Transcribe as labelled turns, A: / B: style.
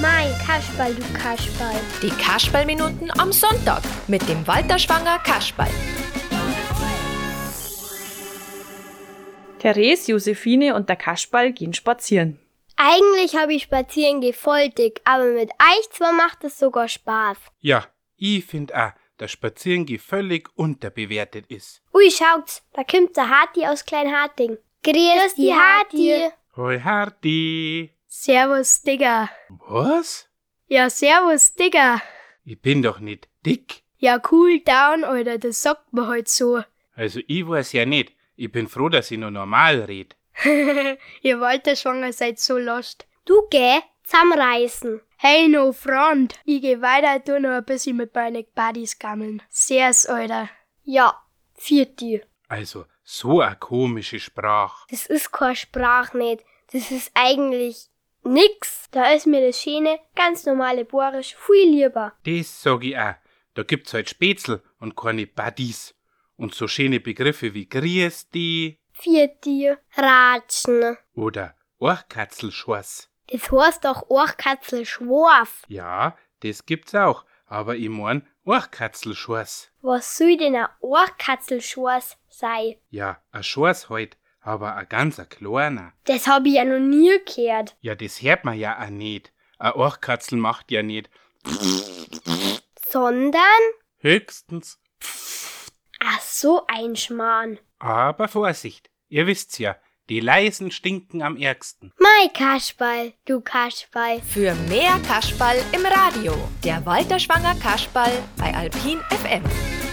A: Mein Kasperl, du Kasperl.
B: Die Kasperlminuten am Sonntag mit dem Walter Schwanger Kasperl.
C: Therese, Josephine und der Kasperl gehen spazieren.
A: Eigentlich habe ich spazieren gefoltig, aber mit euch zwar macht es sogar Spaß.
D: Ja, ich find auch, dass Spazierengehen völlig unterbewertet ist.
A: Ui, schaut's, da kommt der Hati aus Kleinharting. Grüß die Hati.
D: Hoi Harti!
E: Servus, Digga.
D: Was?
E: Ja, servus, Digga.
D: Ich bin doch nicht dick.
E: Ja, cool down, Alter, das sagt man halt so.
D: Also ich weiß ja nicht. Ich bin froh, dass ich nur normal red.
E: Ihr Walterschwanger seid so lost.
A: Du geh, zusammenreißen.
E: Hey, no front. Ich geh weiter, tu noch ein bisschen mit meinen Buddies gammeln. Servus, Alter.
A: Ja, vierte.
D: Also, so a komische Sprach.
A: Das ist keine Sprache nicht. Das ist eigentlich nix. Da ist mir das schöne, ganz normale Bohrisch viel lieber.
D: Das sag ich auch. Da gibt's halt Spätzl und keine Buddies. Und so schöne Begriffe wie Grüß die
A: Vierte. Ratschen.
D: oder Orchkatzelschorß.
A: Das heißt doch Orchkatzelschworf.
D: Ja, das gibt's auch. Aber ich mein Orchkatzelschorß.
A: Was soll denn ein Orchkatzelschworf sein?
D: Ja, a Schorß halt, aber a ganz a kleiner.
A: Das hab ich ja noch nie gehört.
D: Ja, das hört man ja auch nicht. A Orchkatzel macht ja nicht.
A: Sondern?
D: Höchstens.
A: Ach so, ein Schmarrn.
D: Aber Vorsicht, ihr wisst's ja, die Leisen stinken am ärgsten.
A: Mein Kasperl, du Kasperl.
B: Für mehr Kasperl im Radio. Der Walter Schwanger Kasperl bei Alpin FM.